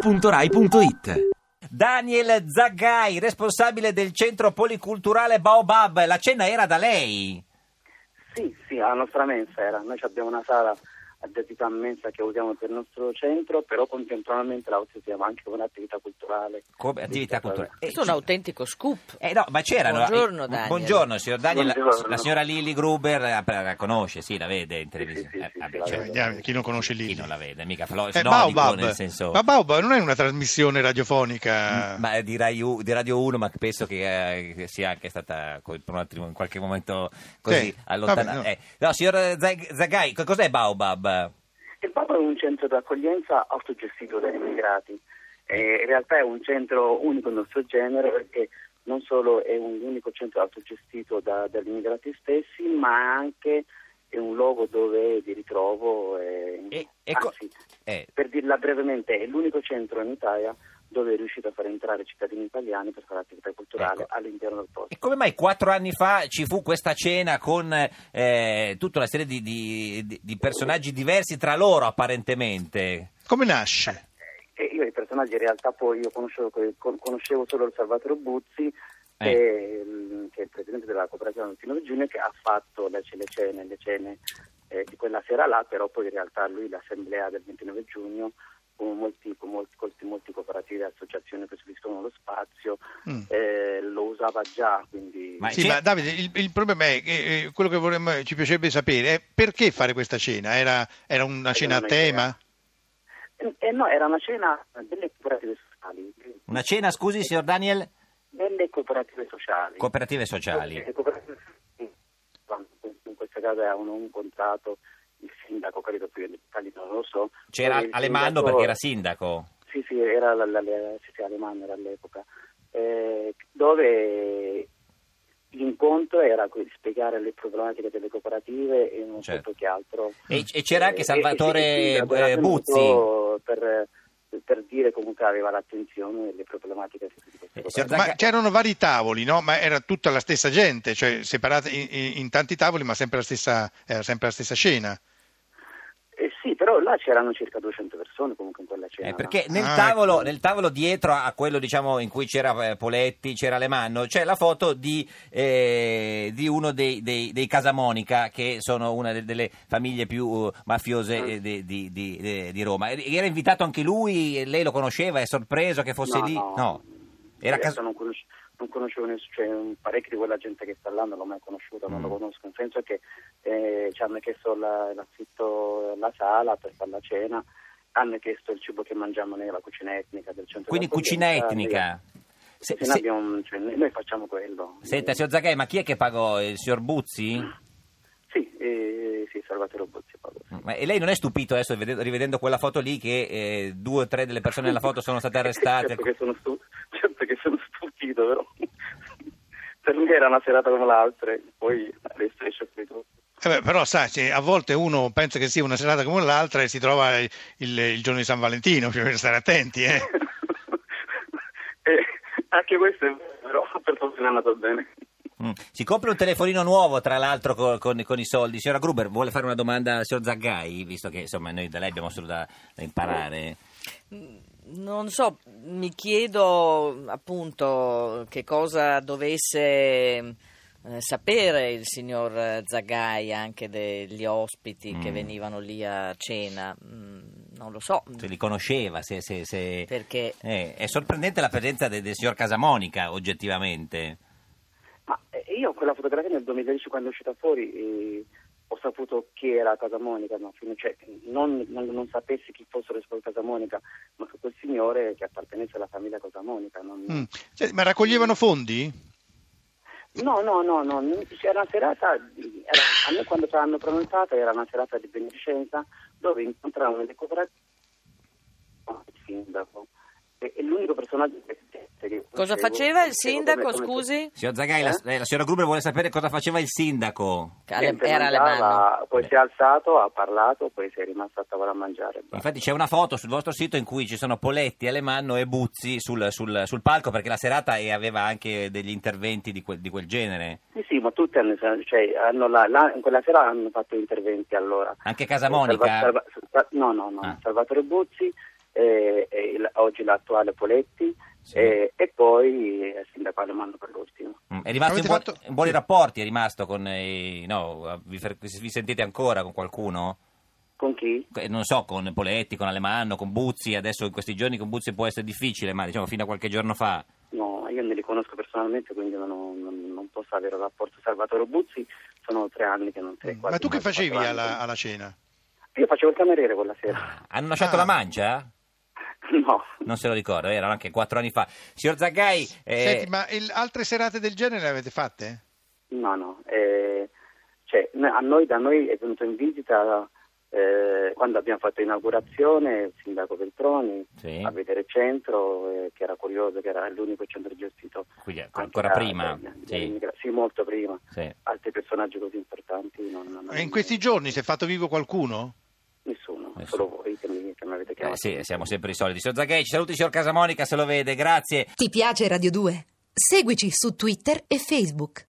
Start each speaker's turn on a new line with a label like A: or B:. A: radio2pod.rai.it
B: Daniel Zaggai, responsabile del centro policulturale Baobab, la cena era da lei.
C: Sì, sì, la nostra mensa era. Noi abbiamo una sala dedicata a mensa che usiamo per il nostro centro, però contemporaneamente la usiamo anche come un'attività culturale.
B: Come attività culturale. Eh,
D: Questo è un autentico scoop.
B: eh no, ma c'erano.
D: Buongiorno,
B: eh, bu-
D: Daniel.
B: buongiorno, signor Daniel. La-
C: Buongiorno.
B: La signora Lili Gruber la, la conosce, sì, la vede in televisione.
C: sì, sì,
B: Eh,
C: sì,
B: vabbè,
C: la
B: cioè,
C: vedo.
E: Eh, chi non conosce Lili?
B: Chi non la vede? Mica Flo-
E: Eh,
B: Snodico,
E: Baobab.
B: nel senso. Mm,
E: Ma Baobab non è una trasmissione radiofonica.
B: Ma è di, Rai U- di Radio 1, ma penso che eh, sia anche stata co- per un attimo, in qualche momento così
E: Sì,
B: allontanata.
E: vabbè, no.
B: Eh, no, signor Zag- Zagai, co- cos'è Baobab?
C: Il Papa è un centro di accoglienza autogestito dagli immigrati. Eh, in realtà è un centro unico nel suo genere perché non solo è un unico centro autogestito da- dagli immigrati stessi, ma anche è un luogo dove di ritrovo e,
B: E- e co-
C: anzi,
B: Eh,
C: per dirla brevemente, è l'unico centro in Italia dove è riuscito a far entrare cittadini italiani per fare attività culturale
B: Ecco.
C: all'interno del posto.
B: E come mai quattro anni fa ci fu questa cena con eh, tutta una serie di, di- di- di personaggi diversi tra loro apparentemente?
E: Come nasce?
C: E io i personaggi in realtà poi io conoscevo, con- conoscevo solo il Salvatore Buzzi,
B: Eh.
C: che, è il- che è il presidente della cooperativa Antino Giugno, che ha fatto le, ce- le cene, le cene eh, di quella sera là, però poi in realtà lui l'assemblea del 29 giugno con molti, con molti, molti, molti cooperativi e associazioni che soddisfano lo spazio,
E: Mm.
C: eh, lo usava già, quindi...
B: Ma
E: Sì,
B: c'è-
E: ma Davide, il, il problema è che eh, quello che vorremmo, ci piacerebbe sapere è perché fare questa cena? Era, era una cena a
C: non ho idea.
E: tema?
C: Eh, eh, no, era una cena delle cooperative sociali,
B: Una cena, scusi signor Daniel,
C: delle cooperative sociali.
B: cooperative sociali.
C: Le cooperative sociali, In questo caso era un, un contratto, il sindaco, credo più in dettagli non lo so.
B: C'era
C: Poi il
B: Alemanno
C: sindaco-
B: perché era sindaco.
C: Sì, sì, era la, la- la- sì, sì, Alemanno era all'epoca, eh, dove l'incontro era que- spiegare le problematiche delle cooperative e non
B: Certo.
C: certo. che altro.
B: E- e c'era anche
C: Eh,
B: Salvatore,
C: e- e il sindaco
B: eh,
C: era venuto
B: Buzzi.
C: Per, per dire comunque aveva l'attenzione delle problematiche di queste cooperative.
B: signor Zagga-
E: Ma c'erano vari tavoli, no? Ma era tutta la stessa gente, cioè separata in, in- in tanti tavoli, ma sempre la stessa, era sempre la stessa cena.
C: Eh sì, però là c'erano circa 200 persone comunque in quella cena.
B: Eh, perché
E: no.
B: nel,
E: Ah,
B: tavolo,
E: ecco.
B: nel tavolo dietro a quello diciamo, in cui c'era eh, Poletti, c'era Alemanno, c'è la foto di, eh, di uno dei, dei, dei Casamonica, che sono una de- delle famiglie più eh, mafiose
C: Ah.
B: eh, di, di- di- de- di Roma. E- Era invitato anche lui, E lei lo conosceva, è sorpreso che fosse
C: No,
B: lì?
C: no.
B: Era
C: Adesso
B: Cas-
C: non, conosce- non conoscevo nessuno, cioè, un- parecchi di quella gente che sta là non l'ho mai conosciuta, non
B: Mm.
C: lo conosco, nel senso che eh, ci hanno chiesto la- l'affitto, la sala per fare la cena, hanno chiesto il cibo che mangiamo noi, la cucina etnica del centro.
B: Quindi cucina
C: d'accoglienza,
B: etnica.
C: sì.
B: Se-
C: Sì,
B: se-
C: noi abbiamo- cioè, noi noi facciamo quello.
B: senta, signor Zagai, ma chi è che pagò? Il signor Buzzi?
C: Sì, eh, sì, Salvatore Bozzi. Paolo.
B: Ma- E lei non è stupito adesso vede- rivedendo quella foto lì che eh, due o tre delle persone nella foto sono state arrestate?
C: Certo che sono, stu- certo che sono stupito, però. per me era una serata come l'altra, poi adesso esce qui tutto.
E: Eh beh, però sai, se a volte uno pensa che sia una serata come l'altra e si trova il, il giorno di San Valentino, bisogna stare attenti, eh.
C: Eh, anche questo è vero, però per fortuna è andato bene.
B: Mm. Si compra un telefonino nuovo, tra l'altro, co- con, con i soldi. Signora Gruber, vuole fare una domanda al signor Zaggai, visto che insomma noi da lei abbiamo solo da, da imparare.
D: Non so, mi chiedo appunto che cosa dovesse eh, sapere il signor eh, Zagai anche degli ospiti che
B: Mm.
D: venivano lì a cena. Mm, non lo so,
B: Se Cioè, li conosceva, se. se- se-
D: perché
B: Eh, è sorprendente la presenza de- del signor Casamonica, oggettivamente.
C: Ma eh, io quella fotografia nel 2010 quando è uscita fuori eh, ho saputo chi era Casa Monica, no? Fino- cioè, non, non, non sapessi chi fossero i suoi Casa Monica, ma che quel signore che appartenesse alla famiglia Casa Monica. non-
E: Mm. Cioè, ma raccoglievano fondi?
C: No, no, no, no, non- c'era una serata, di- era- a me quando ce l'hanno prenotata era una serata di beneficenza dove incontravano le cooperative il sindaco. E, e l'unico personaggio che, che
D: cosa
C: conoscevo-
D: faceva il
C: conoscevo
D: sindaco,
C: come- come-
D: scusi?
B: Signor Zagai, la, eh, la signora Gruber vuole sapere cosa faceva il sindaco.
C: Niente,
D: Era
C: mangiava,
D: alemanno.
C: Poi
B: Beh.
C: si è alzato, ha parlato, poi si è rimasto a tavola a mangiare.
B: Infatti c'è una foto sul vostro sito in cui ci sono Poletti, Alemanno e Buzzi sul, sul- sul palco perché la serata eh, aveva anche degli interventi di quel- di quel genere.
C: Sì, sì, ma tutti hanno, cioè, hanno la, la- in quella sera hanno fatto interventi allora.
B: Anche Casamonica?
C: Salva- Salva- Sa- no, no, no,
B: Ah.
C: Salvatore Buzzi, eh, eh, eh, il- oggi l'attuale Poletti
B: Sì.
C: eh, e poi eh, il sindaco Alemanno Berlusconi.
B: Mm, È rimasto in,
E: Avete
B: buoni-
E: fatto-
B: in buoni
E: sì.
B: rapporti, è rimasto con i- no, vi, fer- vi sentite ancora con qualcuno?
C: Con chi?
B: Eh, Non so, con Poletti, con Alemanno, con Buzzi, adesso in questi giorni con Buzzi può essere difficile, ma diciamo fino a qualche giorno fa.
C: No, io non li conosco personalmente, quindi non, ho- non- non posso avere un rapporto. Salvatore Buzzi sono tre anni che non sei
E: Mm. Ma tu che facevi alla, alla cena?
C: Io facevo il cameriere quella sera.
B: Hanno lasciato
E: Ah.
B: la mancia?
C: No,
B: Non se lo ricordo, erano anche quattro anni fa. Signor Zaggai, eh,
E: Senti, ma il- altre serate del genere le avete fatte?
C: no, no. eh, cioè, no, a noi, da noi è venuto in visita eh, quando abbiamo fatto l'inaugurazione il sindaco Veltroni
B: Sì.
C: a vedere il centro, eh, che era curioso, che era l'unico centro gestito.
B: quindi ecco,
C: anche
B: ancora
C: da-
B: prima.
C: da- da-
B: sì,
C: sì, molto prima.
B: sì.
C: Altri personaggi così importanti. Non, non-
E: E in questi giorni si è fatto vivo qualcuno?
C: Nessuno,
B: Nessuno.
C: solo voi che mi, che mi avete
B: Eh,
C: chiamato.
B: sì, siamo sempre i soliti. Signor Zaggai, ci saluti, signor Casamonica, se lo vede, grazie.
A: Ti piace Radio 2? Seguici su Twitter e Facebook.